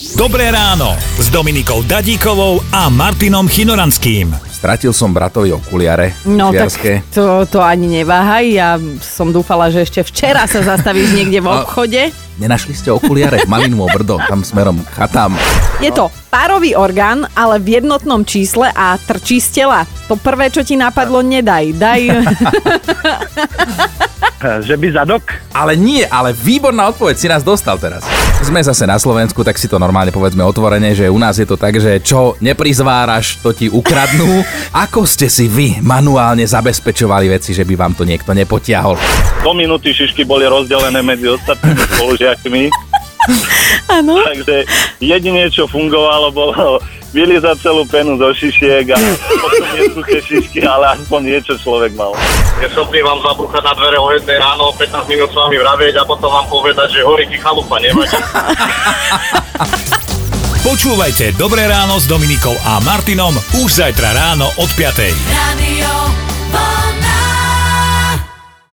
Dobré ráno s Dominikou Dadíkovou a Martinom Chinoranským. Stratil som bratovi okuliare No šviarske. tak to, to ani neváhaj, ja som dúfala, že ešte včera sa zastavíš niekde v obchode. Nenašli ste okuliare v Malinovo brdo, tam smerom k chatám. Je to párový orgán, ale v jednotnom čísle a trčí z tela. To prvé, čo ti napadlo, nedaj. Daj, Že by zadok? Ale nie, ale výborná odpoveď si nás dostal teraz. Sme zase na Slovensku, tak si to normálne povedzme otvorene, že u nás je to tak, že čo neprizváraš, to ti ukradnú. Ako ste si vy manuálne zabezpečovali veci, že by vám to niekto nepotiahol? Do minúty šišky boli rozdelené medzi ostatnými spolužiakmi, áno. takže jedine, čo fungovalo, bolo vylizať celú penu zo šišiek a potom nie suché šišky, ale aspoň niečo človek mal. Je schopný vám zabúchať na dvere o jednej ráno, 15 minút s vami vravieť a potom vám povedať, že horí ti chalupa, nevadí. Počúvajte Dobré ráno s Dominikou a Martinom už zajtra ráno od 5. Radio